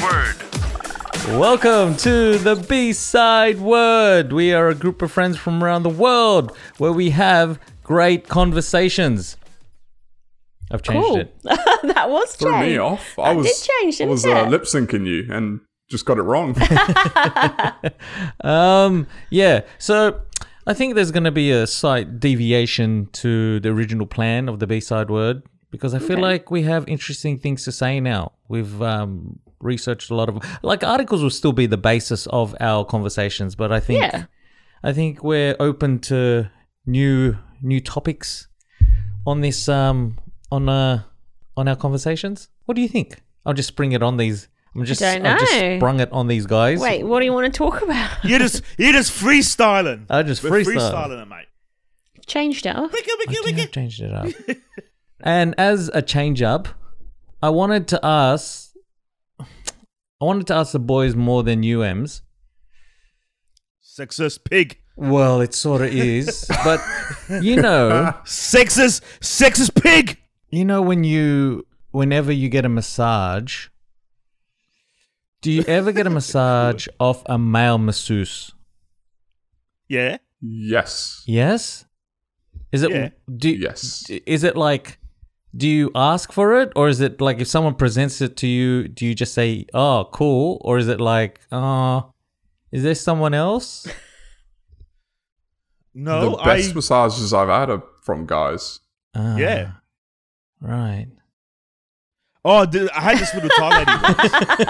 word. Welcome to the B Side Word. We are a group of friends from around the world where we have great conversations. I've changed Cool. it. that was Threw me changed. off. I That was did change, I was didn't uh, it? lip syncing you and just got it wrong. Um, yeah. So I think there's going to be a slight deviation to the original plan of the B-side word because I feel like we have interesting things to say now. We've um, researched a lot of like articles will still be the basis of our conversations, but I think Yeah. I think we're open to new new topics on this um on uh on our conversations. What do you think? I'll just spring it on these. I'm just don't I've just know. sprung it on these guys. Wait, what do you want to talk about? You're just you're just freestyling. I just We're freestyle. freestyling it, mate. Changed it. up. Wicca, I wicca, think wicca. I've changed it up. and as a change up, I wanted to ask, I wanted to ask the boys more than you, Ems. Sexist pig. Well, it sort of is, but you know, Sexist sexist pig. you know when you, whenever you get a massage, do you ever get a massage off a male masseuse? Yeah. yes. Yes. Is it? Yeah. Do, Yes. Is it like? Do you ask for it, or is it like if someone presents it to you, do you just say, "Oh, cool," or is it like, "Oh, is there someone else?" No, the best I massages I've had are from guys. Ah, Yeah. Right. Oh, dude, I had this little Thai lady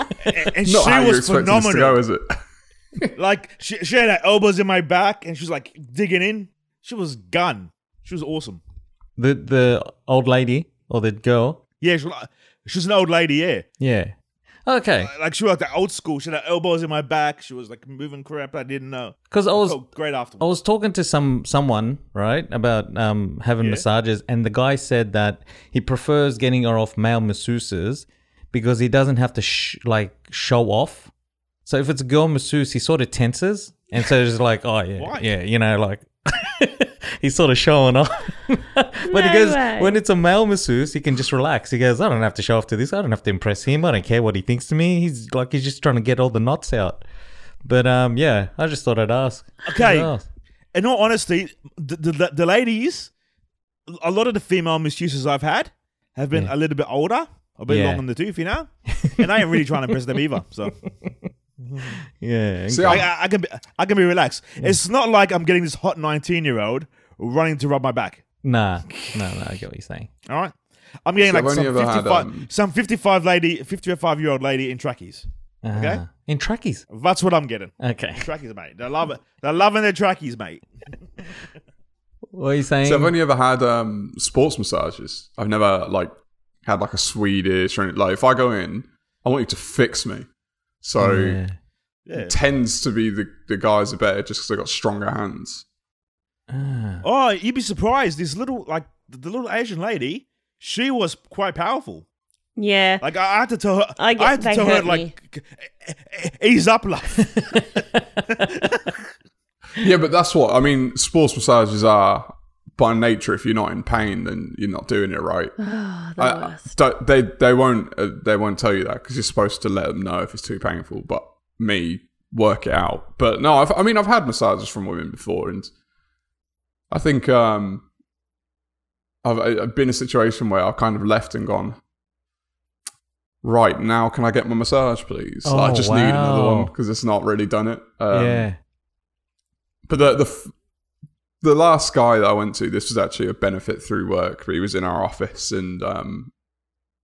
once. and, and Not she how you was expect this to go, phenomenal. is it? Like she, she had her elbows in my back, and she was like digging in. She was gun. She was awesome. The the old lady or the girl. Yeah, she, was like- she was an old lady. Yeah, Yeah. Okay. like she was like the old school. She had her elbows in my back. She was like moving crap. I didn't know. Because I was Oh, great I afterwards. was talking to some someone right about um, having Yeah. massages, and the guy said that he prefers getting her off male masseuses because he doesn't have to sh- like show off. So if it's a girl masseuse, he sort of tenses, and so he's like, "Oh yeah, Why? yeah," you know, like he's sort of showing off. but he No goes, way. when it's a male masseuse, he can just relax. He goes, "I don't have to show off to this. I don't have to impress him. I don't care what he thinks to me. He's like, he's just trying to get all the knots out." But um, yeah, I just thought I'd ask. Okay. I'd ask. In all honesty, the, the- the, the ladies, a lot of the female misuses I've had have been Yeah. a little bit older, a bit Yeah. long in the tooth, you know. and I ain't really trying to impress them either. So Yeah. See, I, I'm, I, I can be, I can be relaxed. It's not like I'm getting this hot 19 year old running to rub my back. Nah, no, no, I get what you're saying. All right, I'm getting See, I've like some only ever 55, had, um, some 55 lady, 55 year old lady in trackies. Okay. Uh-huh. Ah, In trackies. That's what I'm getting. Okay. Trackies, mate. They love it. They're loving their trackies, mate. What are you saying? so I've only ever had um, sports massages. I've never like had like a Swedish or anything. Like if I go in, I want you to fix me. So Yeah. Yeah. tends to be the, the guys are better just because they got stronger hands. Ah. Oh, you'd be surprised. This little, like, the little Asian lady, she was quite powerful. Yeah. Like, I I had to tell her, I I, get- had to they tell her, hurt like, e- e- e- ease up, love. Yeah, but that's what I mean. Sports massages are by nature. If you're not in pain, then you're not doing it right. Oh, the I- I- worst. don't- they they won't uh, they won't tell you that because you're supposed to let them know if it's too painful. But me work it out. But no, I've, I mean I've had massages from women before, and I think um, I've I've been in a situation where I've kind of left and gone. Right now, can I get my massage, please? I Oh, just need another wow. one because it's not really done it. Um, yeah. but the the f- the last guy that I went to, this was actually a benefit through work. But he was in our office, and um,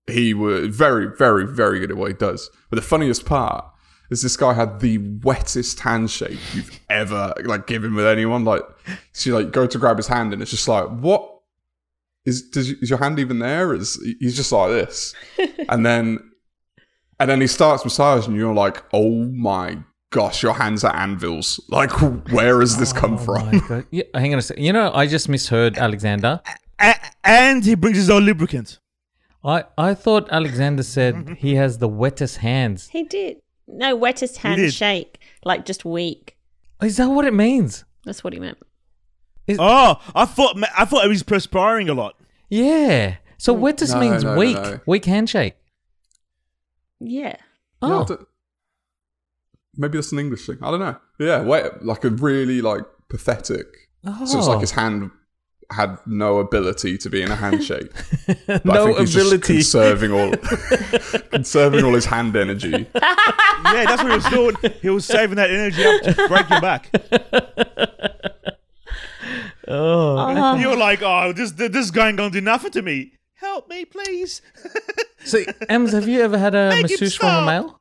he was very, very, very good at what he does. But the funniest part is this guy had the wettest handshake you've ever like given with anyone. Like, so you like go to grab his hand, and it's just like, what is does, is your hand even there? Is he's just like this, and then and then he starts massaging, and you're like, oh my gosh, your hands are anvils. Like, where has this come from? Oh My God. Yeah, hang on a second. You know, I just misheard Alexander. A- and he brings his own lubricant. I, I thought Alexander said he has the wettest hands. He did. No, wettest did. handshake. Like just weak. Is that what it means? That's what he meant. Oh, I thought, ma- I thought he was perspiring a lot. Yeah. So wettest Hmm. No, means no, no, weak, no. weak handshake. Yeah. Yeah, I Oh. don't- maybe that's an English thing. I don't know. Yeah, wait, like a really like pathetic. Oh. So it's like his hand had no ability to be in a handshake. But I no think he's just ability. conserving all conserving all his hand energy. Yeah, that's what he was doing. He was saving that energy up to break your back. Oh. Oh. You were like, oh, this this guy ain't gonna do nothing to me. Help me, please. So, Ems, have you ever had a Make it masseuse from a stop. male?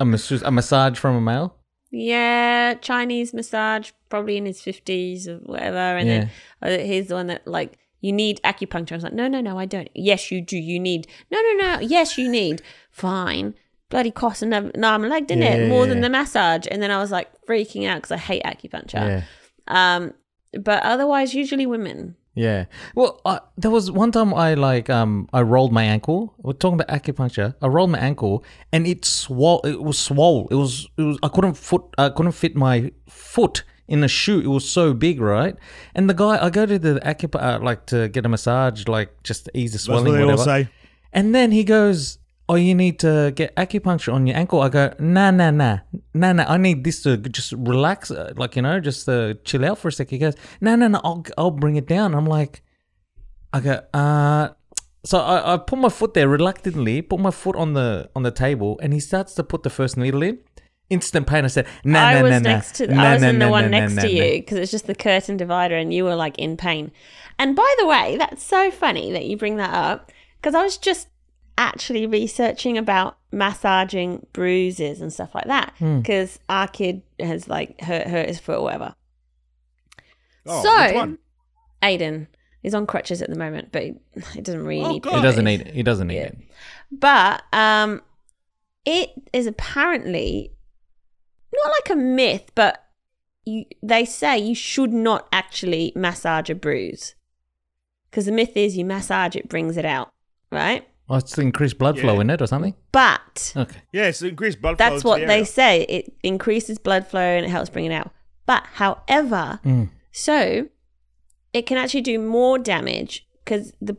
A masseuse, a massage from a male? Yeah, Chinese massage, probably in his 50s or whatever. And then uh, he's the one that, like, you need acupuncture. I was like, no, no, no, I don't. Yes, you do. You need. No, no, no. Yes, you need. Fine. Bloody cost an arm an arm and leg, didn't Yeah, it? yeah, More yeah. than the massage. And then I was like freaking out because I hate acupuncture. Yeah. Um, but otherwise, usually women. Yeah. Well, I, there was one time I like um I rolled my ankle. We're talking about acupuncture. I rolled my ankle and it swole. It was swole. It was. It was. I couldn't foot. I couldn't fit my foot in a shoe. It was so big, right? And the guy, I go to the acupuncture uh, like to get a massage, like just to ease the swelling. whatever. And then he goes, "Oh, you need to get acupuncture on your ankle." I go, "Nah, nah, nah, nah, nah. I need this to just relax, uh, like you know, just uh, chill out for a sec." He goes, "No, no, no. I'll I'll bring it down." I'm like, I go, uh. So I, I put my foot there reluctantly, put my foot on the on the table, and he starts to put the first needle in. Instant pain. I said, "Nah, I nah, was nah, nah. next to. Nah, I was nah, in nah, the one nah, next nah, to nah." you because it's just the curtain divider, and you were like in pain. And by the way, that's so funny that you bring that up because I was just actually researching about massaging bruises and stuff like that Hmm. because our kid has like hurt hurt his foot or whatever. Oh, so, which one? Aiden is on crutches at the moment, but he he doesn't really Oh, need. God. He doesn't need it. He doesn't need Yeah. it. But um, it is apparently not like a myth, but you, they say you should not actually massage a bruise because the myth is you massage it brings it out, right? Oh, it's to increase blood flow Yeah. in it or something. But Okay. Yeah, so increased blood flow. that's to what the they area. say. It increases blood flow and it helps bring it out. But however, Mm. so it can actually do more damage because the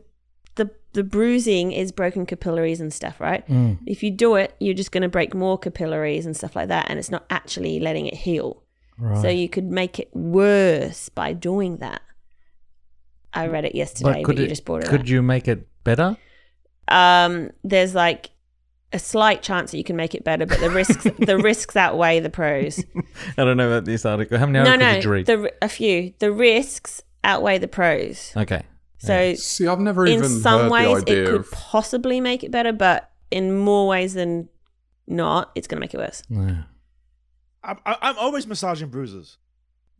the the bruising is broken capillaries and stuff, right? Mm. If you do it, you're just going to break more capillaries and stuff like that, and it's not actually letting it heal. Right. So you could make it worse by doing that. I read it yesterday, but, could you it- just brought it could up. you make it better? um, there's like a slight chance that you can make it better, but the risks the risks outweigh the pros. I don't know about this article. How many no, articles no, did you read? the, ri- a few. The risks outweigh the pros. okay. So See, I've never in even some heard ways, the idea it could of possibly make it better, but in more ways than not, it's going to make it worse. Yeah. I'm, I'm I'm always massaging bruises.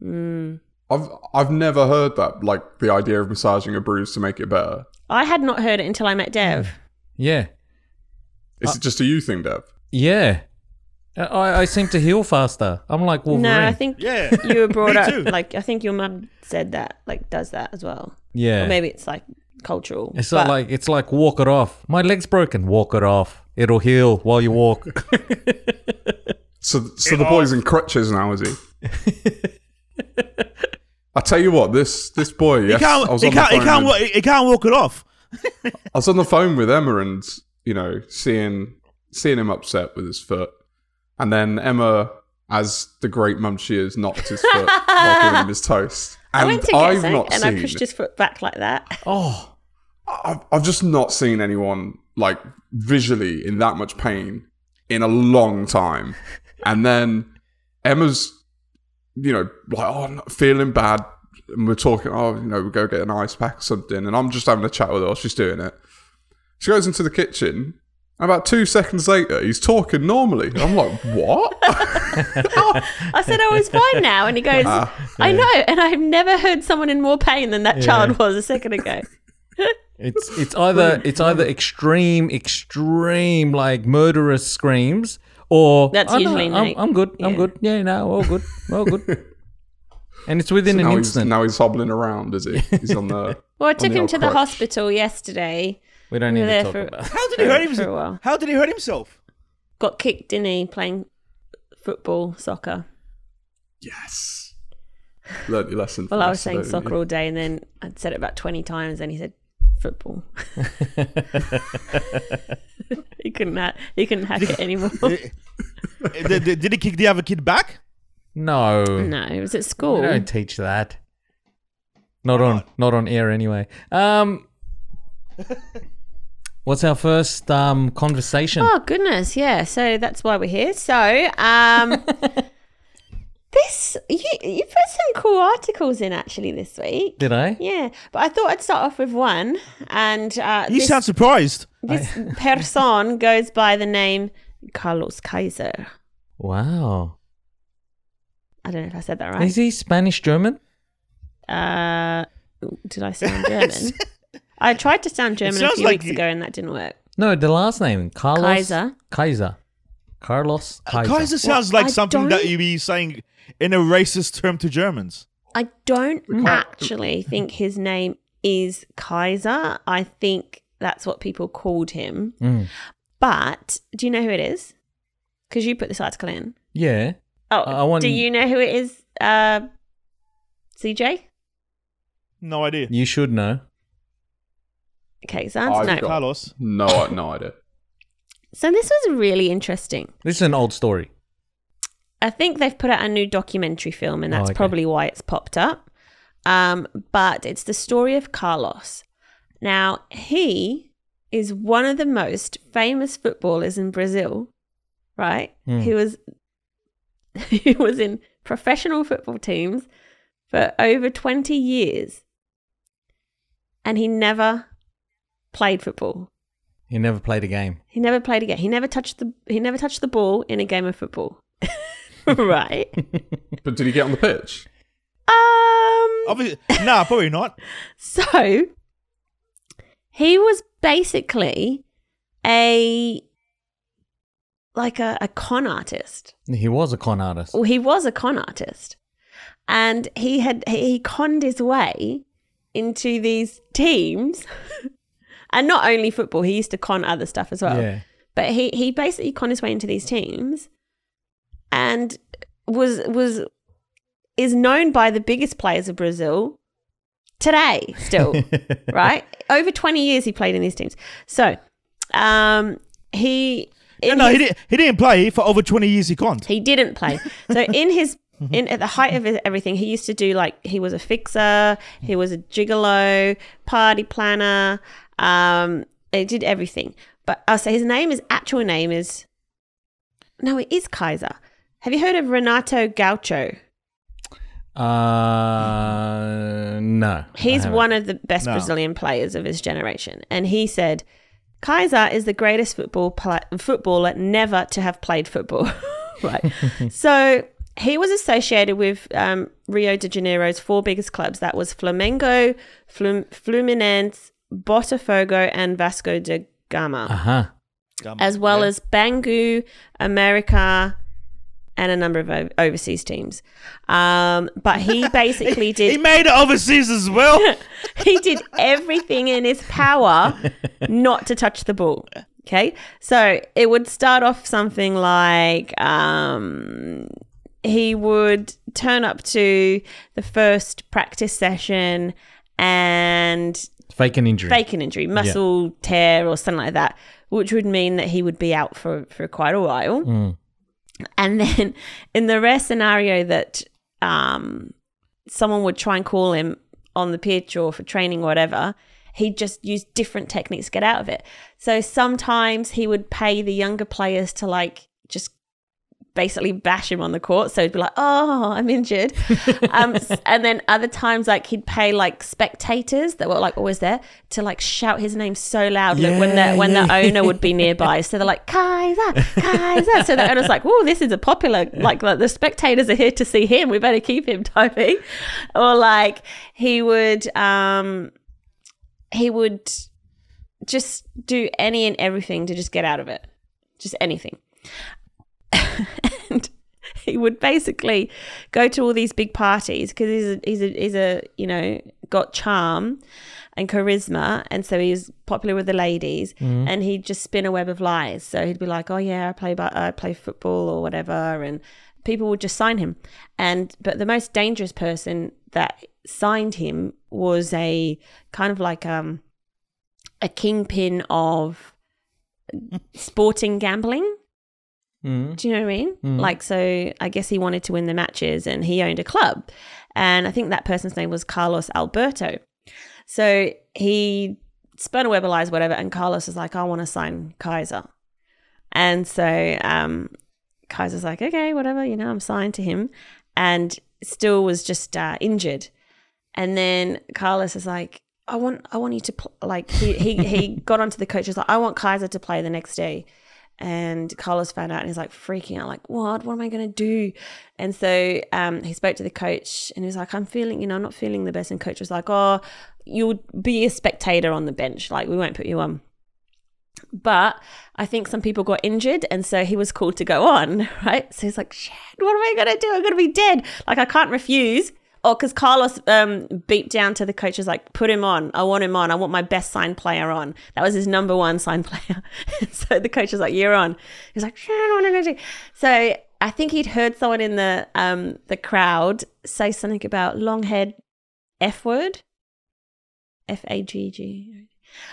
Mm. I've I've never heard that like the idea of massaging a bruise to make it better. I had not heard it until I met Mm. Dev. Yeah. Uh, Is it just a you thing, Dev? Yeah. I- I, I seem to heal faster. I'm like Wolverine. No, I think Yeah. you were brought Me up too. like I think your mum said that, like does that as well. Yeah. Or maybe it's like cultural. it's not but- like it's like walk it off. My leg's broken. Walk it off. It'll heal while you walk. So so the boy's in crutches now, is he? I tell you what, this this boy. He Yes, I can't. was He on the can't. He phone can't. with- wa- He can't walk it off. I was on the phone with Emma and you know seeing seeing him upset with his foot, and then Emma, as the great mum she is, knocked his foot while giving him his toast. I And went to have get something not and seen. I pushed his foot back like that. oh. I've, I've just not seen anyone like visually in that much pain in a long time. And then Emma's, you know, like, oh, I'm not feeling bad. And we're talking, oh, you know, we go get an ice pack or something. And I'm just having a chat with her. while She's doing it. She goes into the kitchen. And about two seconds later, he's talking normally. And I'm like, what? I said, "Oh, it's fine now," and he goes, Ah, "I know," and I've never heard someone in more pain than that child was a second ago. It's it's either it's either extreme extreme like murderous screams or That's "Oh, no, usually I'm, Nate." I'm good. I'm Yeah. good. Yeah, no, all good. All good. and it's within an now, he's, instant. now he's hobbling around, is he? He's on the. Well, I on took him old to the crutch. hospital yesterday. we don't need We're to there talk for- about. How did he hurt For- for a while. himself? How did he hurt himself? Got kicked, didn't he? Playing football, soccer. Yes. Learned your lesson. Well, from I was saying yesterday, didn't soccer all day, and then I'd said it about 20 times, and he said football. he couldn't ha- he couldn't hack it anymore. Eh, eh, did, did- did he kick the other kid back? No, no, it was at we school. don't teach that. Not on, not on air anyway. Um, what's our first um conversation? Oh goodness, yeah. So that's why we're here. So um, this you you put some cool articles in actually this week. Did I? Yeah, but I thought I'd start off with one, and uh, You this, sound surprised. this person goes by the name Carlos Kaiser. Wow. I don't know if I said that Is right. he Spanish German? Uh, did I sound German? I tried to sound German a sounds few like weeks you- ago, and that didn't work. No, the last name Carlos Kaiser. Uh, Kaiser. Carlos Kaiser. Kaiser sounds like I something that don't- you'd be saying in a racist term to Germans. I don't actually think his name is Kaiser. I think that's what people called him. Mm. But do you know who it is? Because you put this article in. Yeah. Oh, I- I want- do you know who it is? Uh, CJ? No idea. You should know. Okay, sounds I've no. got- Carlos. No, no idea. So this was really interesting. This is an old story. I think they've put out a new documentary film, and Oh, that's okay. probably why it's popped up. Um, but it's the story of Carlos. Now, he is one of the most famous footballers in Brazil, right? Mm. He was he was in professional football teams for over 20 years. And he never played football. He never played a game. He never played a game. He never touched the he never touched the ball in a game of football. right. But did he get on the pitch? Um Obviously, nah, probably not. so he was basically a like a, a con artist. He was a con artist. Well, he was a con artist, and he had he conned his way into these teams, and not only football. He used to con other stuff as well. yeah. But he he basically conned his way into these teams, and was was is known by the biggest players of Brazil today still right over 20 years he played in these teams so um he No, in no, his- he didn't. He didn't play for over twenty years. He can't. he didn't play. So in his in at the height of his- everything, he used to do like he was a fixer, he was a gigolo, party planner. Um, he did everything. But I'll say his name, his actual name is no, it is Kaiser. Have you heard of Renato Gaucho? Uh, no. He's I haven't. one of the best No. Brazilian players of his generation, and he said. Kaiser is the greatest football pla footballer never to have played football. right. so he was associated with um, Rio de Janeiro's four biggest clubs. That was Flamengo, Flum- Fluminense, Botafogo, and Vasco da Gama, Uh huh. as well as Bangu, America, and a number of o- overseas teams. Um, but he basically did he made it overseas as well. he did everything in his power not to touch the ball. Okay. So it would start off something like um, he would turn up to the first practice session and Fake an injury. fake an injury, muscle tear or something like that, which would mean that he would be out for, for quite a while. Mm. And then in the rare scenario that um, someone would try and call him on the pitch or for training or whatever, he'd just use different techniques to get out of it. So sometimes he would pay the younger players to like just basically bash him on the court. So he'd be like, oh, I'm injured. um, s- and then other times, like he'd pay like spectators that were like always there to like shout his name so loudly when Yeah, the when the yeah. owner would be nearby. So they're like Kaiser, Kaiser. So the owner's like, oh, this is a popular like, like the spectators are here to see him. We better keep him, Toby. Or like he would um he would just do any and everything to just get out of it. Just anything and he would basically go to all these big parties because he's a, he's a, he's a you know got charm and charisma and so he was popular with the ladies and he'd just spin a web of lies so he'd be like oh yeah I play bu- I play football or whatever and people would just sign him and but the most dangerous person that signed him was a kind of like um a kingpin of sporting gambling. Mm. Do you know what I mean? Mhm. Like, so I guess he wanted to win the matches and he owned a club. And I think that person's name was Carlos Alberto. So he spun a webilised whatever. And Carlos is like, I want to sign Kaiser. And so um, Kaiser's like, okay, whatever, you know, I'm signed to him. And still was just uh, injured. And then Carlos is like, I want, I want you to pl-. like. He he he got onto the coach. He's like, I want Kaiser to play the next day. And Carlos found out and he's like freaking out, like, what? What am I going to do? And so um, he spoke to the coach and he was like, I'm feeling, you know, I'm not feeling the best. And coach was like, oh, you'll be a spectator on the bench. Like, we won't put you on. But I think some people got injured. And so he was called to go on, right? So he's like, shit, what am I going to do? I'm going to be dead. Like, I can't refuse. Or because Carlos um, beeped down to the coach, was like, put him on. I want him on. I want my best sign player on. That was his number one sign player. so the coach was like, you're on. He's like, "Shit, what am I going to do? So I think he'd heard someone in the um, the crowd say something about long head F word. F A G G.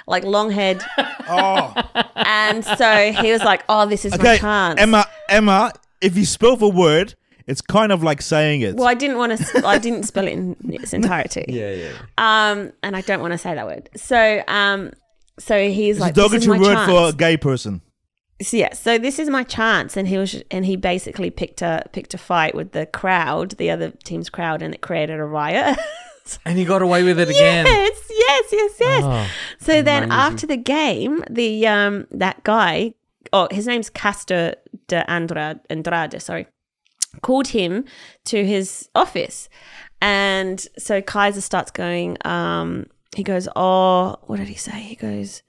Like long head. Oh, and so he was like, oh, this is my okay, chance. Emma, Emma, if you spell for word, it's kind of like saying it. Well, I didn't want to. I didn't spell it in its entirety. Yeah, yeah. Um, and I don't want to say that word. So, um, so he's it's like, a this is my derogatory word chance. for a gay person. so yeah, so this is my chance, and he was, and he basically picked a picked a fight with the crowd, the other team's crowd, and it created a riot. And he got away with it again. yes, yes, yes, yes. Oh, So then amazing. after the game, the um that guy, oh his name's Castor de Andrade, Andrade, sorry, called him to his office, and so Kaiser starts going. Um, he goes, oh, what did he say? He goes,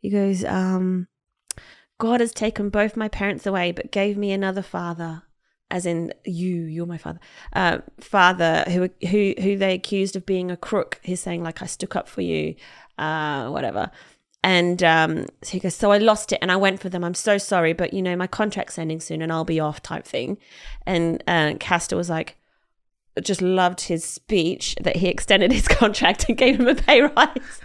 he goes, um, God has taken both my parents away, but gave me another father. As in you, you're my father. Uh, father, who who who they accused of being a crook. He's saying like I stuck up for you, uh, whatever. And um, so he goes, so I lost it and I went for them. I'm so sorry, but you know my contract's ending soon and I'll be off, type thing. And uh, Castor was like, just loved his speech that he extended his contract and gave him a pay rise.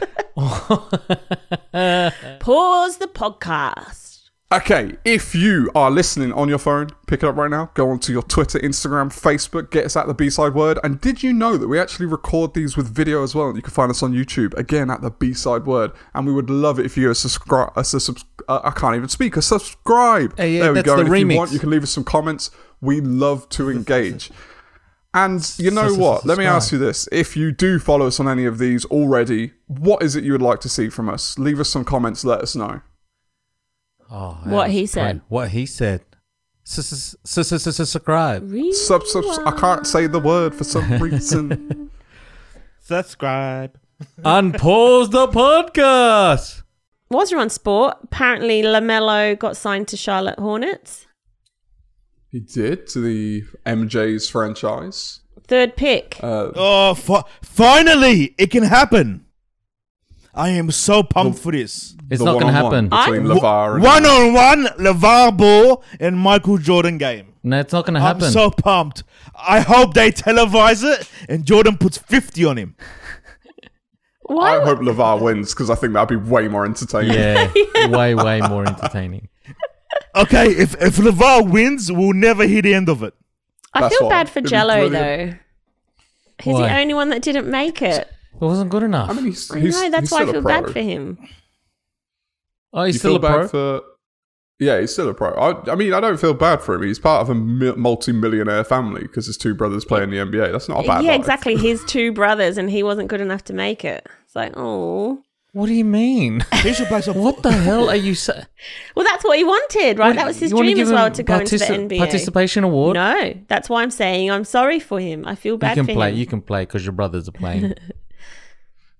Pause the podcast. Okay, if you are listening on your phone, pick it up right now. Go onto your Twitter, Instagram, Facebook, get us at the B Side Word. And did you know that we actually record these with video as well? And you can find us on YouTube again at the B Side Word. And we would love it if you subscribe. Uh, subs- uh, I can't even speak. A subscribe. Hey, yeah, there we that's go. the and if remix. you want, you can leave us some comments. We love to engage. And you know what? Let me ask you this. If you do follow us on any of these already, what is it you would like to see from us? Leave us some comments, let us know. oh, What that he was said. great. What he said. Subscribe. Sub, sub, I can't say the word for some reason. Subscribe. Unpause the podcast. Was on sport? Apparently, Lamelo got signed to Charlotte Hornets. he did to the MJ's franchise. Third pick. Uh, Oh, fi- finally, it can happen. I am so pumped for this. It's the not going to one-on-one happen. between I- LeVar and One on one, LeVar Ball and Michael Jordan game. No, it's not going to happen. I'm so pumped. I hope they televise it and Jordan puts 50 on him. Why? I would- hope LeVar wins because I think that'd be way more entertaining. yeah, way, way more entertaining. Okay, if, if LeVar wins, we'll never hear the end of it. I That's feel what- bad for it'd be Jello though. brilliant. He's the Why? only one that didn't make it. It wasn't good enough. I mean, he's, I he's, know that's he's why I still a feel pro. bad for him. oh, he's You still feel a pro. bad for? Yeah, he's still a pro. I, I mean, I don't feel bad for him. He's part of a mi- multi-millionaire family because his two brothers play in the NBA. That's not a bad. yeah, life. exactly. His two brothers, and he wasn't good enough to make it. It's like, oh, what do you mean? He should play some. What the hell are you saying? well, that's what he wanted, right? Oh, that was his dream as well to go into the NBA. Participation award. No, that's why I'm saying I'm sorry for him. I feel you bad can for play. him. You can play because your brothers are playing. I-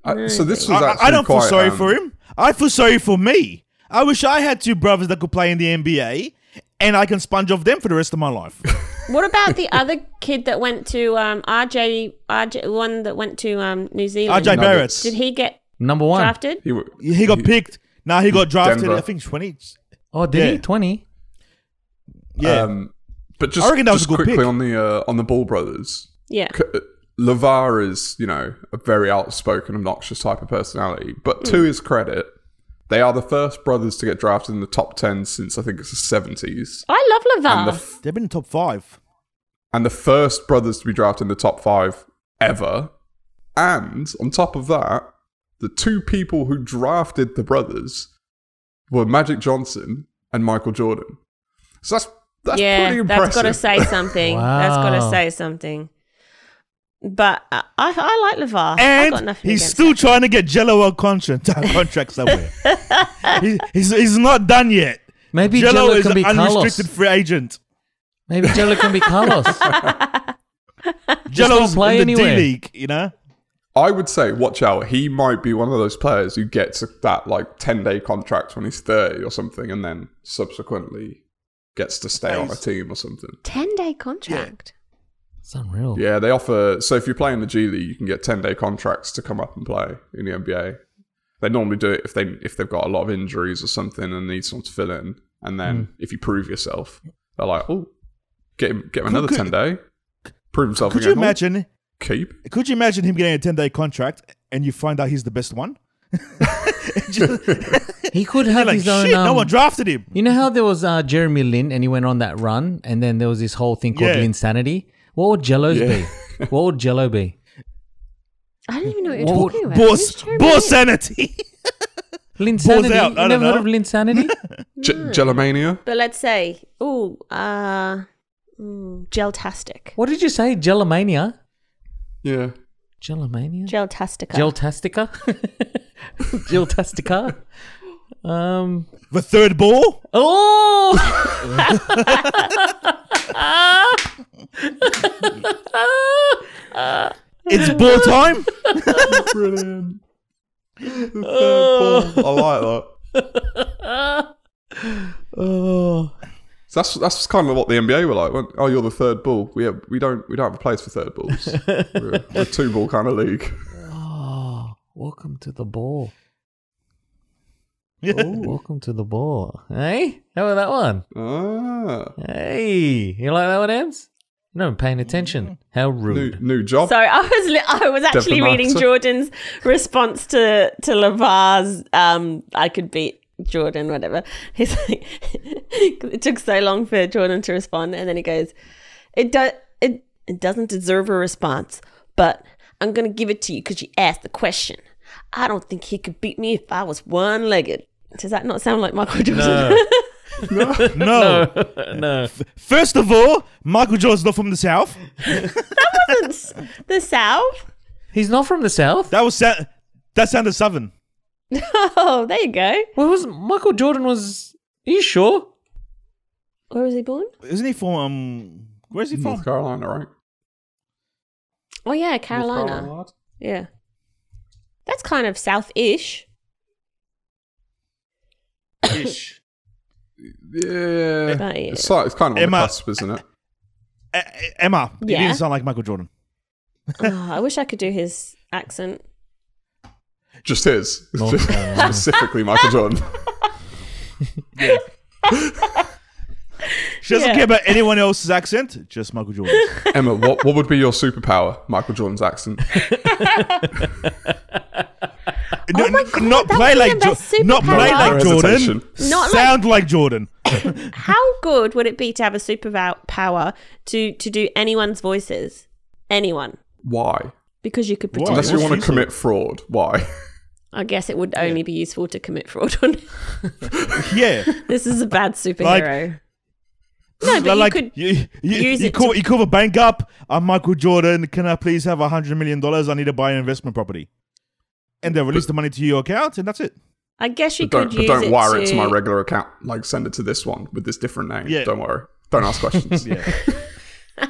so this was I- I, actually I don't feel quite, sorry um, for him. I feel sorry for me. I wish I had two brothers that could play in the NBA and I can sponge off them for the rest of my life. What about the other kid that went to um, RJ, RJ, the one that went to um, New RJ Zealand? Nuggets. Barrett. Did he get Number one. drafted? He, w- He got picked. Now he got drafted. Denver. I think twenty. Oh, did he? Yeah. Twenty. Yeah. Um, but just, I reckon that was just a good quickly pick. on the uh, on the Ball brothers. Yeah. C- Hmm. Lavar is, you know, a very outspoken, obnoxious type of personality. But to his credit, They are the first brothers to get drafted in the top 10 since I think it's the 70s. I love And the, Lavar. f- They've been in top five. and the first brothers to be drafted in the top five ever. And on top of that, the two people who drafted the brothers were Magic Johnson and Michael Jordan. So that's that's yeah, pretty impressive. that's got to say something. That's got to Wow. say something. But I, I, I like Lavar. I got And nothing he's against still him. trying to get Jello a contract, contract somewhere. he, he's, he's not done yet. Maybe Jello, Jello is can an be Carlos. unrestricted free agent. Maybe Jello can be Carlos. Jello's play in the D anywhere. League, you know? I would say, watch out. He might be one of those players who gets that like ten day contract when he's thirty or something, and then subsequently gets to stay on a Nice. team or something. ten day contract. it's Oh. unreal. Yeah, they offer. So if you play in the G League, you can get ten day contracts to come up and play in the NBA. They normally do it if they if they've got a lot of injuries or something and need someone to fill in, and then Hmm. if you prove yourself, they're like, oh, get him, get him another could- ten day, prove himself. Could you again. "Oh, imagine? Keep. Could you imagine him getting a ten day contract and you find out he's the best one? Just, He could have like his shit, own. no um, one drafted him. You know how there was uh, Jeremy Lin and he went on that run, and then there was this whole thing called Yeah. Linsanity. What would Jello's be? What would Jello be? I don't even know what you're Well, talking about. Who's Boss, Jeremy boss Lin? sanity. Linsanity. out, I You never don't heard of Linsanity? J- Gelomania. But let's say, ooh, uh, mm, Geltastic. what did you say? Jellomania. Yeah. Jellomania. Geltastica. Geltastica. Geltastica. Um. the third ball. Oh. It's ball time. Brilliant. The third ball. I like that. oh. So that's that's kind of what the NBA were like. weren't- Oh, you're the third ball. We have, we don't we don't have a place for third balls. we're, a- we're a two ball kind of league. Oh. Welcome to the ball. Yeah. Ooh, welcome to the ball. Hey, how about that one? Ah, Hey, you like that one, Ems? No, I'm paying attention. How new Mm. rude. new job. Sorry, I was li- I was actually Definitely reading not. Jordan's response to to Lavar's. Um, I could beat Jordan, whatever. He's like, 'cause it took so long for Jordan to respond, and then he goes, "It do- it it doesn't deserve a response, but I'm gonna give it to you because you asked the question. I don't think he could beat me if I was one legged." Does that not sound like Michael Jordan? No. no. First of all, Michael Jordan's not from the south. the South. He's not from the South. That was sa- that sounded southern. Oh, there you go. Well, was Michael Jordan was. Are you sure? Where was he born? Isn't he from? Um, where's he North from? Carolina, right? North Oh yeah, Carolina. lad. Yeah. That's kind of south ish. Ish. Yeah, Right. it's, sort- it's kind of on Emma- the cusp, isn't it? E- E- Emma. He Yeah. didn't sound like Michael Jordan. oh, I wish I could do his accent. Just his, North Just- Carolina. specifically Michael Jordan. She doesn't Yeah. care about anyone else's accent, just Michael Jordan's. Emma, what what would be your superpower? Michael Jordan's accent. No, Oh my God, not that play would be like the best Jo- not play superpower. like No Jordan. hesitation. Not like- sound like, Jordan. How good would it be to have a superpower to to do anyone's voices? Anyone. Why? Because you could Why? pretend. Unless you what's want to useful? commit fraud. Why? I guess it would only be useful to commit fraud on. Yeah, this is a bad superhero. no, but like you could. you, you, use you it call you call a bank up. I'm Michael Jordan. Can I please have a hundred million dollars? I need to buy an investment property, and they release the money to your account, and that's it. I guess you But don't could but use don't it wire to, it to my regular account. Like send it to this one with this different name. Yeah. Don't worry. Don't ask questions. Yeah.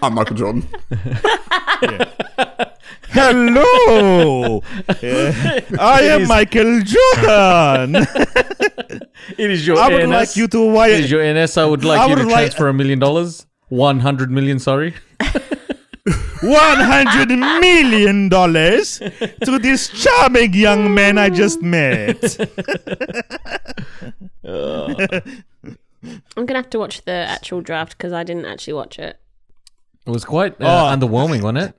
I'm Michael Jordan. Hello, Yeah. I am Michael Jordan. It is your I would NS. like you to It is wire. your NS. I would like I you to would like- transfer a million dollars. 100 million, sorry. One hundred million dollars to this charming young man I just met. I'm gonna have to watch the actual draft because I didn't actually watch it. It was quite uh, Oh. underwhelming, wasn't it?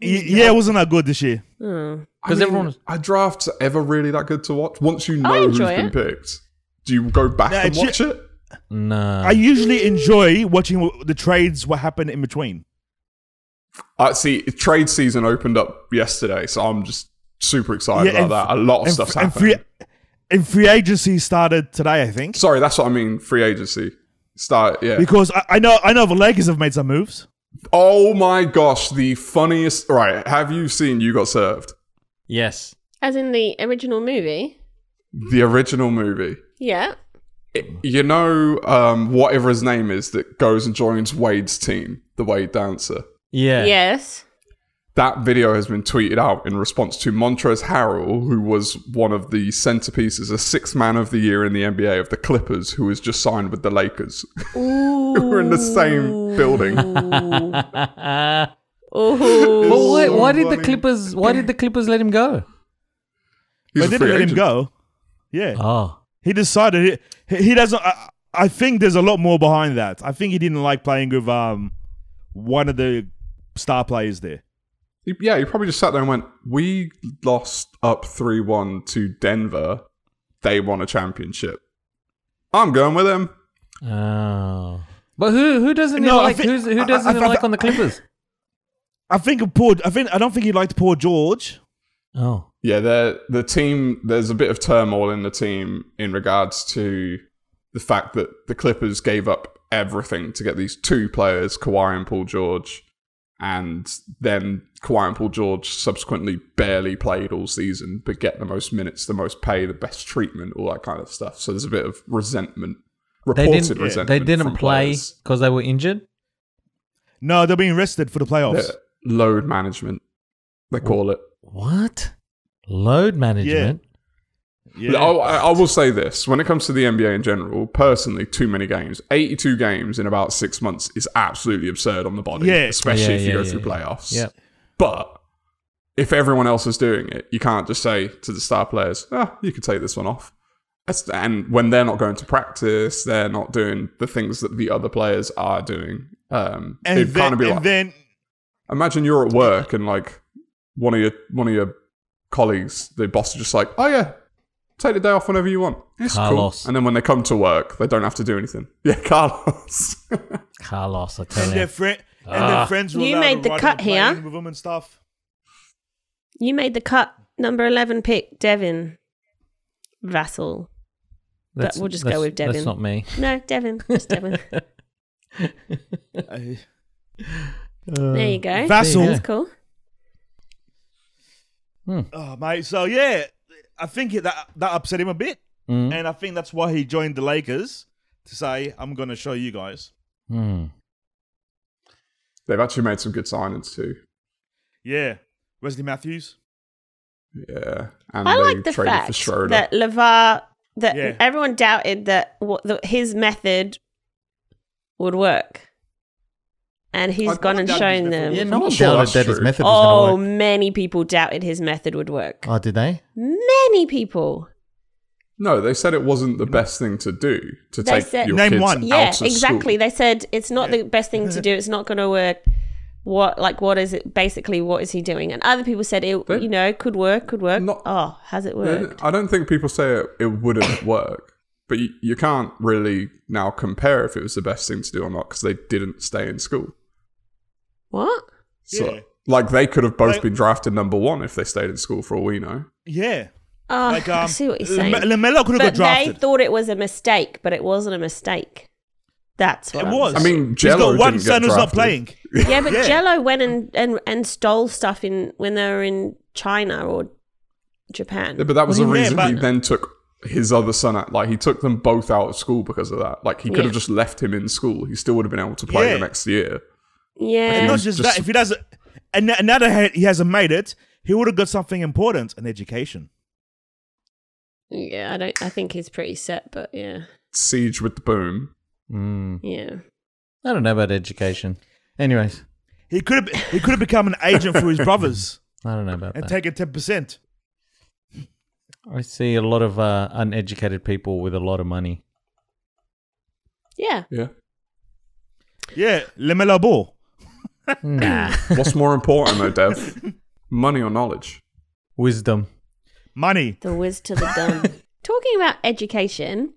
Y- yeah, it wasn't that good this year. Oh. Because I mean, everyone. are drafts ever really that good to watch? Once you know who's enjoy been it. picked, do you go back Nah, and it's watch ju- it? Nah. I usually enjoy watching wh- the trades what happened in between. Uh, see, trade season opened up yesterday, so I'm just super excited Yeah, and about that. A lot of and, stuff's fr- and happening. free and free agency started today, I think. Sorry, that's what I mean. Free agency start. Yeah. Because I, I know I know the Lakers have made some moves. oh my gosh, the funniest. Right, have you seen You Got Served? yes. As in the original movie. The original movie. Yeah. You know, um, whatever his name is that goes and joins Wade's team, the Wade dancer. Yeah. Yes. That video has been tweeted out in response to Montrez Harrell, who was one of the centerpieces, a sixth man of the year in the NBA of the Clippers, who was just signed with the Lakers. Ooh. We're in the same building. But Ooh. why, why did the funny. Clippers? Why did the Clippers let him go? He's They a didn't free let him agent. go. Yeah, Oh, he decided he, he doesn't. I, I think there's a lot more behind that. I think he didn't like playing with um one of the star players there. He- yeah, he probably just sat there and went, "We lost up three one to Denver. They won a championship. I'm going with him." oh. But who who doesn't he No, I like? thi- who's, I- who I- doesn't he I- like on the Clippers? I think poor. I think I don't think he liked poor George. Oh, Yeah, the the team. There's a bit of turmoil in the team in regards to the fact that the Clippers gave up everything to get these two players, Kawhi and Paul George, and then Kawhi and Paul George subsequently barely played all season, but get the most minutes, the most pay, the best treatment, all that kind of stuff. So there's a bit of resentment. They Reported didn't- yeah, resentment. they didn't from play players. because they were injured. No, they're being rested for the playoffs. Yeah, load management, they call it. What? Load management. Yeah. I, I I will say this: when it comes to the NBA in general, personally, too many games. Eighty-two games in about six months is absolutely absurd on the body, Yeah. especially Yeah, if you yeah, go yeah, through yeah. playoffs. Yeah. But if everyone else is doing it, you can't just say to the star players, "Ah, you can take this one off." That's- and when they're not going to practice, they're not doing the things that the other players are doing. Um, and it'd then, kind of be and like, then imagine you're at work and like one of your one of your colleagues, the boss is just like, oh yeah, take the day off whenever you want. It's Carlos. cool. And then when they come to work, they don't have to do anything. Yeah, Carlos. Carlos, I tell and you. their friend and Ah. their friends. were You allowed made to the ride cut the plane here. with them and stuff. You made the cut. Number 11 pick, Devin Vassell. That's- we'll just that's- go with That's Devin. not me. No, Devin. Just Devin. Uh, there you go. Vassal. That's cool. Oh, mate. So yeah, I think that that upset him a bit, Mm. and I think that's why he joined the Lakers to say, "I'm going to show you guys." Mm. They've actually made some good signings too. Yeah, Wesley Matthews. Yeah, and I they like the traded for fact Schroeder. that Lavar that Yeah. everyone doubted that what that his method would work, and he's I've gone never and doubted his shown method. them. Yeah, I'm no not one sure doubted that's that his true. method was oh, going to work. many people doubted his method would work. Uh, Oh, did they? Many people. no, they said it wasn't the best thing to do to They take said- your Name kids one. out Yeah, of school. exactly. They said it's not the best thing to do. It's not going to work. What like what is it? Basically, what is he doing? And other people said it. They- you know, could work, could work. Not- oh, has it Yeah, worked? I don't think people say it, it wouldn't work, but you, you can't really now compare if it was the best thing to do or not because they didn't stay in school. What? So, Yeah. like, they could have both Like- been drafted number one if they stayed in school for all we know. Yeah, Oh, like um, I see what you're saying. Lame- Lamelo could have got but they drafted. thought it was a mistake, but it wasn't a mistake. That's what it I'm was. I mean, he's Jello got one didn't get son who's not drafted. playing. saying. Yeah, but Yeah. Jello went and, and and stole stuff in when they were in China or Japan. Yeah, but that was What the do you mean, reason he but- then took his other son out. Like, he took them both out of school because of that. Like, he could Yeah. have just left him in school. He still would have been able to play Yeah. the next year. And yeah, not was just, just- that, if he doesn't, and now- now that he hasn't made it, he would have got something important: an education. yeah. I don't. I think he's pretty set, but yeah, Siege with the boom. Mm. yeah. I don't know about education. Anyways, He could have, he could have become an agent for his brothers I don't know about and that. taken ten percent. I see a lot of uh, uneducated people with a lot of money. Yeah, Yeah. Yeah, Lamelo Ball. Nah. What's more important, though, Dev? Money or knowledge? Wisdom. Money. The whiz to the dumb. Talking about education,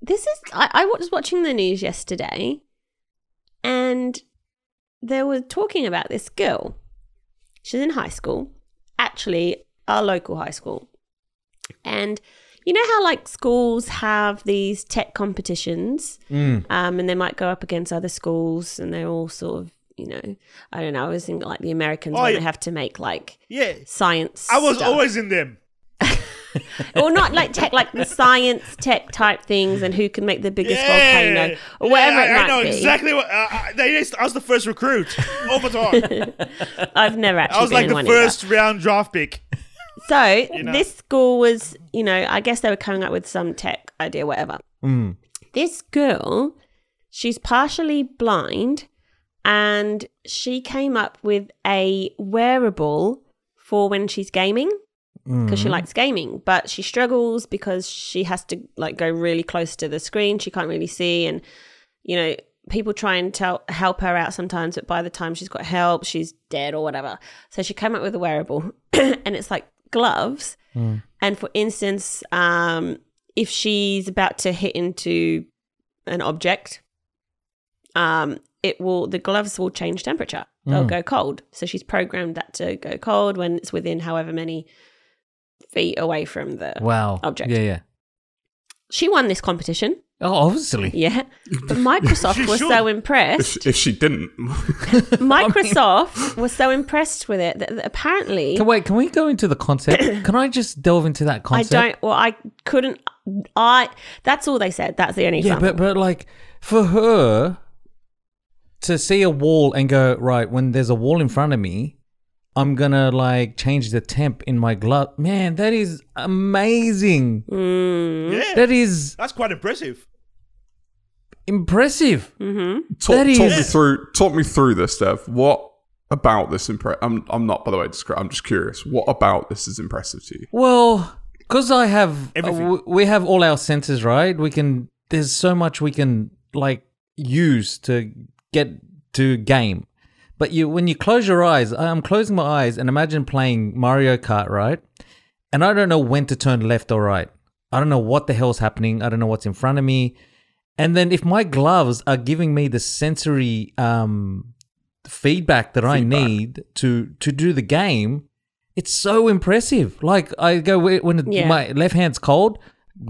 this is. I, I was watching the news yesterday and they were talking about this girl. She's in high school, actually, our local high school. And you know how, like, schools have these tech competitions? Mm. um, and they might go up against other schools, and they're all sort of, you know, I don't know. I was thinking like the Americans Oh, when yeah. they have to make like Yeah. science. I was stuff. always in them. or not like tech, like the science tech type things, and who can make the biggest yeah. volcano or whatever Yeah, I, it might I know be. exactly what. Uh, I, they just, I was the first recruit. Over time. I've never actually I was been like in the one first round draft pick. Either. So know. this school was, you know, I guess they were coming up with some tech idea, whatever. Mm. this girl, she's partially blind, and she came up with a wearable for when she's gaming Hmm. because she likes gaming, but she struggles because she has to like go really close to the screen. She can't really see, and you know, people try and tell help her out sometimes, but by the time she's got help, she's dead or whatever. So she came up with a wearable, and it's like gloves and for instance, um, if she's about to hit into an object, um, it will the gloves will change temperature. They'll Mm. go cold. So she's programmed that to go cold when it's within however many feet away from the. Wow. Object. Yeah, yeah. She won this competition. Oh, obviously. Yeah, but Microsoft She was should. so impressed. If, if she didn't, Microsoft was so impressed with it that that apparently Can, wait, can we go into the concept? can I just delve into that I concept? don't. Well, I couldn't. I. That's all they said. That's the only Yeah, example. but but like for her to see a wall and go right when there's a wall in front of me, I'm gonna like change the temp in my glove. Man, that is amazing. Mm. Yeah. That is That's quite impressive. impressive. hmm talk, That talk is- me through. Talk me through this, Dev. What about this impress? I'm, I'm not, by the way. Discri- I'm just curious. What about this is impressive to you? Well, because I have, uh, Everything. w- we have all our senses, right? We can. There's so much we can like use to get to game, but you when you close your eyes, I'm closing my eyes and imagine playing Mario Kart, right? And I don't know when to turn left or right. I don't know what the hell's happening. I don't know what's in front of me. And then if my gloves are giving me the sensory um, feedback that I Feedback. need to to do the game, it's so impressive. Like I go where- when it- Yeah. my left hand's cold,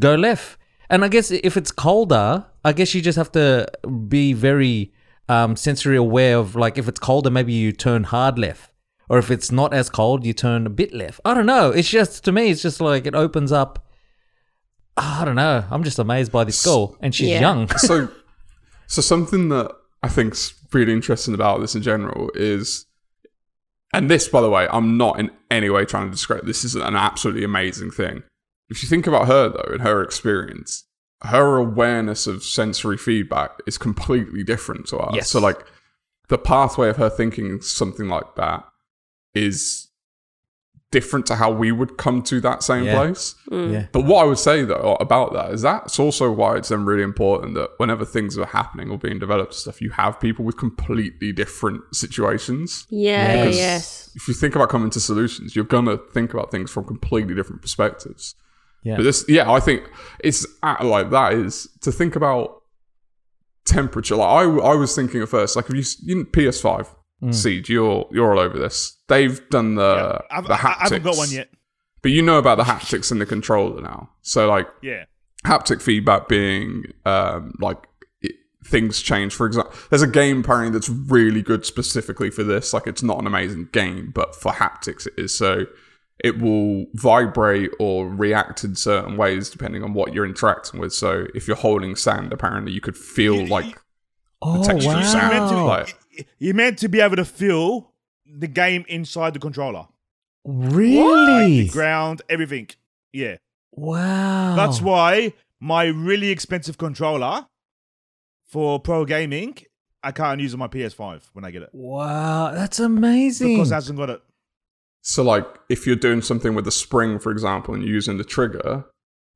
go left. And I guess if it's colder, I guess you just have to be very um, sensory aware of like if it's colder, maybe you turn hard left, or if it's not as cold, you turn a bit left. I don't know. It's just to me, it's just like it opens up. Ah, I don't know. I'm just amazed by this girl, and she's Yeah. young. So, so something that I think's really interesting about this in general is, and this, by the way, I'm not in any way trying to describe. This is an absolutely amazing thing. If you think about her though, and her experience, her awareness of sensory feedback is completely different to ours. Yes. So, like, the pathway of her thinking something like that is different to how we would come to that same Yeah. place. Mm. Yeah. But what I would say though about that is that's also why it's then really important that whenever things are happening or being developed and stuff, you have people with completely different situations. Yeah, Because yes. If you think about coming to solutions, you're gonna think about things from completely different perspectives. Yeah. But this, yeah, I think it's uh, like that is to think about temperature. Like I, w- I was thinking at first, like if you, s- you know, PS5 Mm. Siege, you're you're all over this. They've done the I've, Uh, the I, I haven't got haptics. one yet. but you know about the haptics and the controller now. So like Yeah. haptic feedback being um, like it, things change. For example, there's a game apparently that's really good specifically for this. Like it's not an amazing game, but for haptics it is. So it will vibrate or react in certain ways depending on what you're interacting with. So if you're holding sand, apparently you could feel like Oh texture wow! of You meant, to, Oh. sound. Wow. you- you meant to be able to feel the game inside the controller. Really? Like the ground, everything. Yeah. wow. That's why my really expensive controller for pro gaming, I can't use on my PS5 when I get it. Wow, that's amazing. Because it hasn't got it. so like if you're doing something with a spring, for example, and you're using the trigger.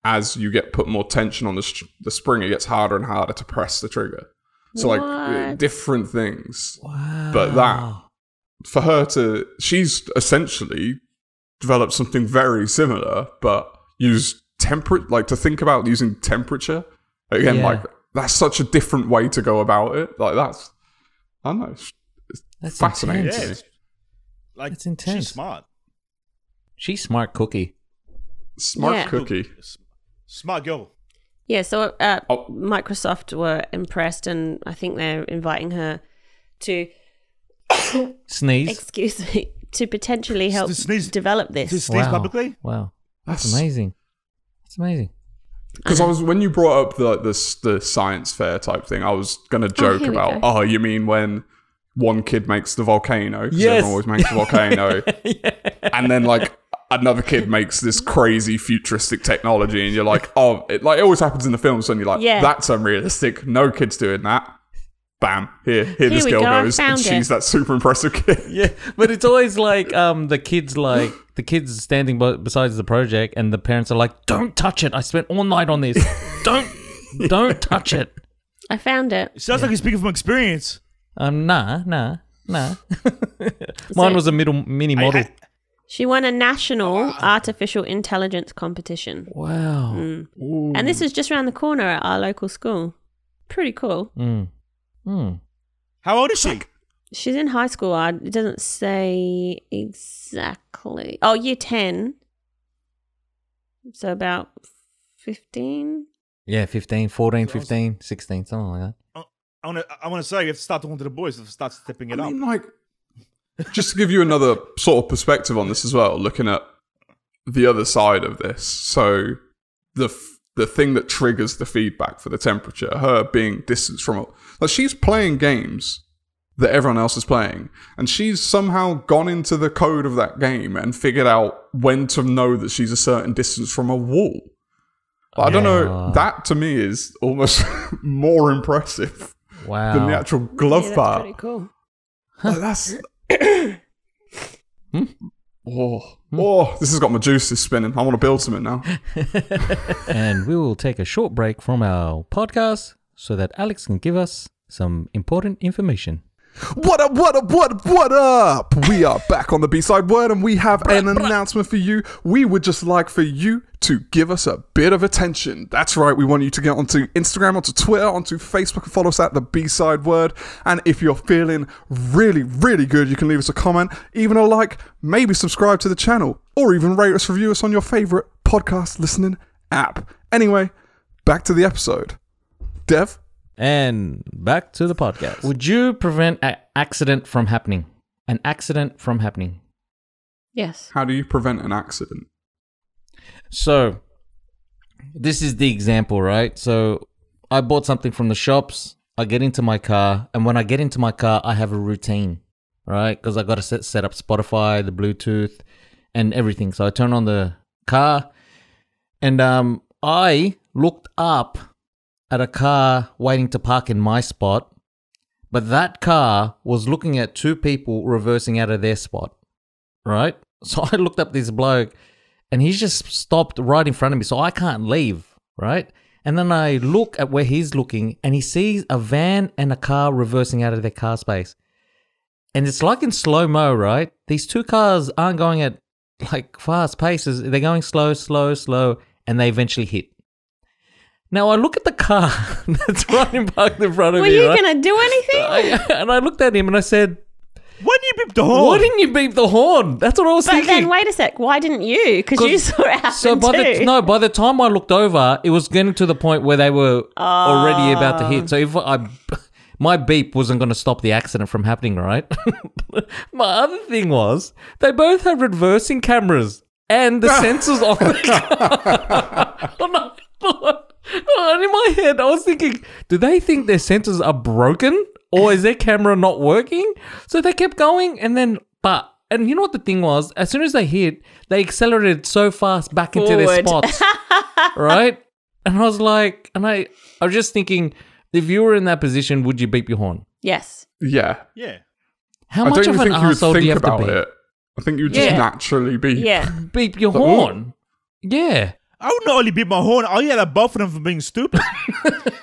As you get put more tension on the, str- the spring, it gets harder and harder to press the trigger. So, like, uh, What? different things. wow. but that- for her to she's essentially developed something very similar, but use temperate like to think about using temperature again. Yeah. Like that's such a different way to go about it. Like that's I don't know. It's That's fascinating. intense. to me. Yeah. Like That's intense. She's smart. She's smart cookie. Smart Yeah. cookie. S- Smart girl. Yeah, so uh, Oh. Microsoft were impressed, and I think they're inviting her to Sneeze. excuse me to potentially S- help to sneeze- develop this. to sneeze publicly? Wow. That's, That's- amazing. That's amazing. Because I Uh-huh. was when you brought up the the, the science fair type thing, I was gonna joke here we about. go. Oh, you mean when one kid makes the volcano? 'cause Yes. everyone always makes the volcano, and then like another kid makes this crazy futuristic technology, and you're like, oh, it, like it always happens in the films, and you're like, Yeah. that's unrealistic. No kid's doing that. Bam! Here, here, this we girl go, I goes, and found she's it. that super impressive kid. Yeah, but it's always like um, the kids like the kids standing b- besides the project, and the parents are like, "Don't touch it! I spent all night on this. Don't, don't touch it." I found it. It sounds like you're speaking from experience. Um, nah, nah, nah. Mine So- was a middle mini model. She won a national artificial intelligence competition. Mm. wow. And this is just around the corner at our local school. Pretty cool. Mm. Mm. How old is she? She's in high school. I, it doesn't say exactly. Oh, year 10. So about 15. Yeah, 15, 14, 15, 16, something like that. I want to. I want to say you have to start talking to the boys. and Start stepping I it up. mean, like, just to give you another sort of perspective on this as well, looking at the other side of this. So, the f- the thing that triggers the feedback for the temperature, her being distanced from it, like she's playing games that everyone else is playing, and she's somehow gone into the code of that game and figured out when to know that she's a certain distance from a wall. Like, I don't know. Ah. That to me is almost more impressive Wow. than the actual glove Yeah, that's part. pretty cool. Like, that's. oh, oh, this has got my juices spinning. I want to build something now. and we will take a short break from our podcast so that Alex can give us some important information. What up, what up, what up, what up? We are back on the B side word and we have an announcement for you. We would just like for you to give us a bit of attention. That's right, we want you to get onto Instagram, onto Twitter, onto Facebook, and follow us at the B side word. And if you're feeling really, really good, you can leave us a comment, even a like, maybe subscribe to the channel, or even rate us, review us on your favorite podcast listening app. Anyway, back to the episode. Dev? And back to the podcast. Would you prevent an accident from happening? An accident from happening. Yes. How do you prevent an accident? So, this is the example, right? So, I bought something from the shops. I get into my car, and when I get into my car, I have a routine, right? Because I got to set, set up Spotify, the Bluetooth, and everything. So I turn on the car, and um, I looked up at a car waiting to park in my spot, but that car was looking at two people reversing out of their spot, right? So I looked up this bloke and he's just stopped right in front of me, so I can't leave, right? And then I look at where he's looking, and he sees a van and a car reversing out of their car space. And it's like in slow mo, right? These two cars aren't going at like fast paces, they're going slow, slow, slow, and they eventually hit. Now I look at the car that's running parked in front of Were me, you right? going to do anything? I- and I looked at him and I said, Why do you beep the horn? "Why didn't you beep the horn?" That's what I was Oh. but thinking. then wait a sec. Why didn't you? Because you 'Cause- saw it happen So by too. the no, by the time I looked over, it was getting to the point where they were already about to hit. So if I, my beep wasn't going to stop the accident from happening, right? my other thing was they both had reversing cameras and the sensors on the car. And I thought- and in my head, I was thinking, do they think their sensors are broken or is their camera not working? So they kept going and then, but. And you know what the thing was? As soon as they hit, they accelerated so fast back into their Forward. spots, right? And I was like, and I, I was just thinking, if you were in that position, would you beep your horn? yes. Yeah, Yeah. How much of an asshole do you have to be? it. I think you would just Yeah. naturally be. Yeah. Beep your Like, "Ooh." horn. Yeah. I would not only beep my horn. I yell at both of them for being stupid.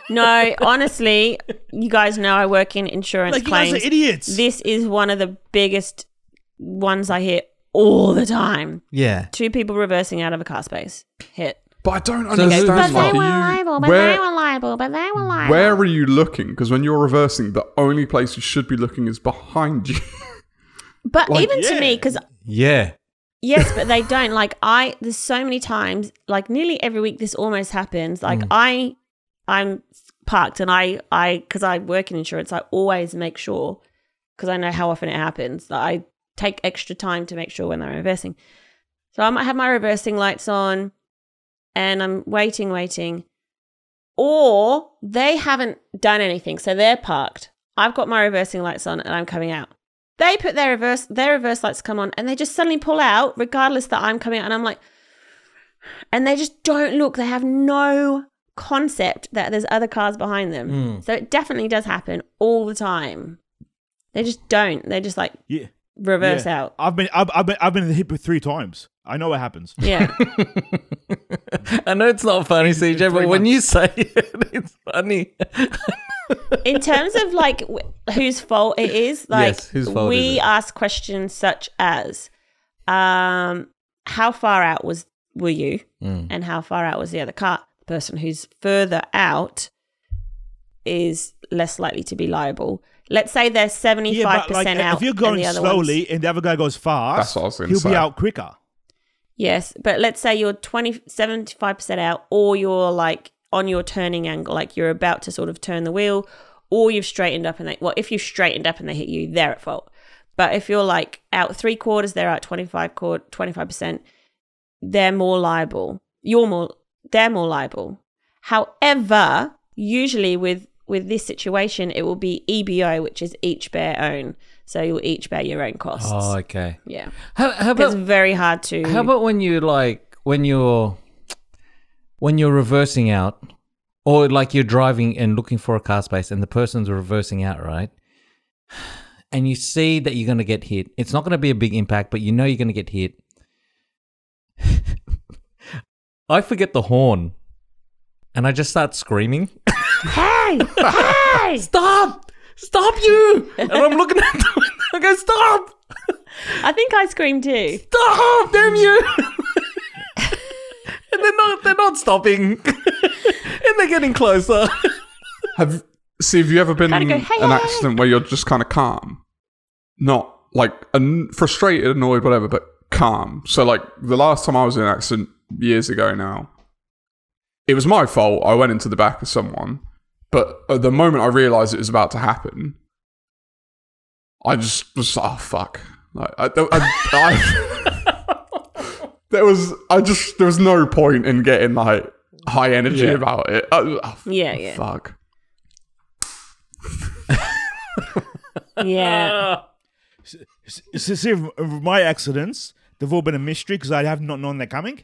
No, honestly, you guys know I work in insurance like you guys claims. are idiots. This is one of the biggest ones I hear all the time. Yeah. Two people reversing out of a car space. Hit. But I don't So- understand. But they like, were you- where, liable, but they were liable. where are you looking? Because when you're reversing, the only place you should be looking is behind you. But Like, even to yeah. me, because Yeah. yes, but they don't. Like I, there's so many times, like nearly every week, this almost happens. Like I, I'm parked, and I, I, because I work in insurance, I always make sure, because I know how often it happens, that I take extra time to make sure when they're reversing. So I might have my reversing lights on, and I'm waiting, waiting, or they haven't done anything, so they're parked. I've got my reversing lights on, and I'm coming out they put their reverse their reverse lights come on and they just suddenly pull out regardless that i'm coming out and i'm like and they just don't look they have no concept that there's other cars behind them Mm. so it definitely does happen all the time they just don't they just like Yeah. reverse yeah. out I've been I've, I've been I've been in the hip three times. I know what happens. yeah I know it's not funny, CJ, but Three when you say it, it's funny. in terms of like w- whose fault it is like Yes, whose fault we is it? ask questions such as um how far out was were you Mm. and how far out was the other car the person who's further out is less likely to be liable let's say they're 75% out if you're and going the other one's- slowly and the other guy goes fast, That's what I was gonna he'll say. be out quicker. Yes, but let's say you're 20, 75% out, or you're like on your turning angle, like you're about to sort of turn the wheel, or you've straightened up and they, well, if you've straightened up and they hit you, they're at fault. But if you're like out three quarters, they're out 25 quarter, 25%, they're more liable. You're more, they're more liable. However, usually with, with this situation, it will be EBO, which is each bear own. So you'll each bear your own costs. Oh, okay. yeah. How, how It's about very hard to. how about when you like when you're when you're reversing out, or like you're driving and looking for a car space, and the person's reversing out, right? And you see that you're gonna get hit. It's not gonna be a big impact, but you know you're gonna get hit. I forget the horn, and I just start screaming. hey! Hey! stop, stop you! And I'm looking at them. I go, stop, I think I screamed too. stop, damn you! and they're not, they're not stopping, and they're getting closer. Have see? Have you ever been Gotta in go, "Hey, an hey, accident where you're just kind of calm, not like an- frustrated, annoyed, whatever, but calm? So like the last time I was in an accident years ago now, it was my fault. I went into the back of someone, but at the moment I realised it was about to happen, I just was oh fuck. Like I, I, I- there was I just there was no point in getting like high energy Yeah. about it. I- oh, Yeah, yeah. Fuck. Yeah. S- So, see, of of my accidents, they've all been a mystery because I have not known they're coming.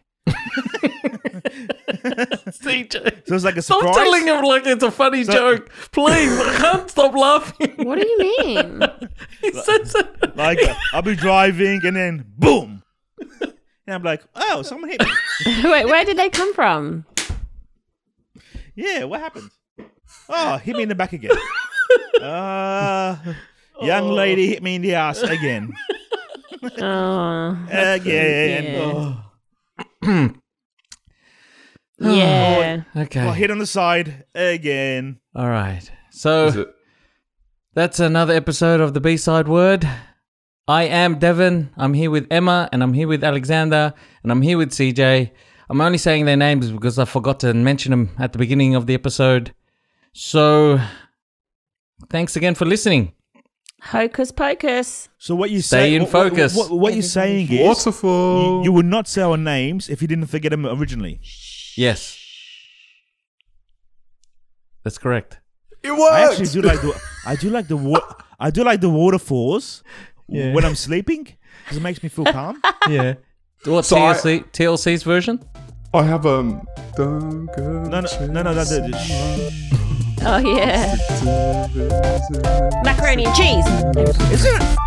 CJ, So it's like a stop surprise. telling him like it's a funny joke, please. I can't stop laughing. What do you mean? He says it. Like I'll be driving and then boom, and I'm like, oh, someone hit me. Wait, where did they come from? Yeah, what happened? Oh, hit me in the back again. Uh, young lady hit me in the ass again. Oh. Again. Yeah. yeah. Okay, Got hit on the side again. all right. So Is it? That's another episode of the B side word. I am Devon. I'm here with Emma and I'm here with Alexander and I'm here with CJ. I'm only saying their names because I forgot to mention them at the beginning of the episode. So, thanks again for listening. Hocus pocus. So what you Stay say? in what- what- focus. What, what, you're saying is Waterfall. you, you would not say our names if you didn't forget them originally. Yes. That's correct. it I worked. actually do like the I do like the wa- I do like the waterfalls when I'm sleeping because it makes me feel calm. Yeah. What So I- TLC, TLC's version? I have um. Don't go No, no, to no, no, no. no, no, shh. Oh, yeah. the- Macaroni and cheese. Is it?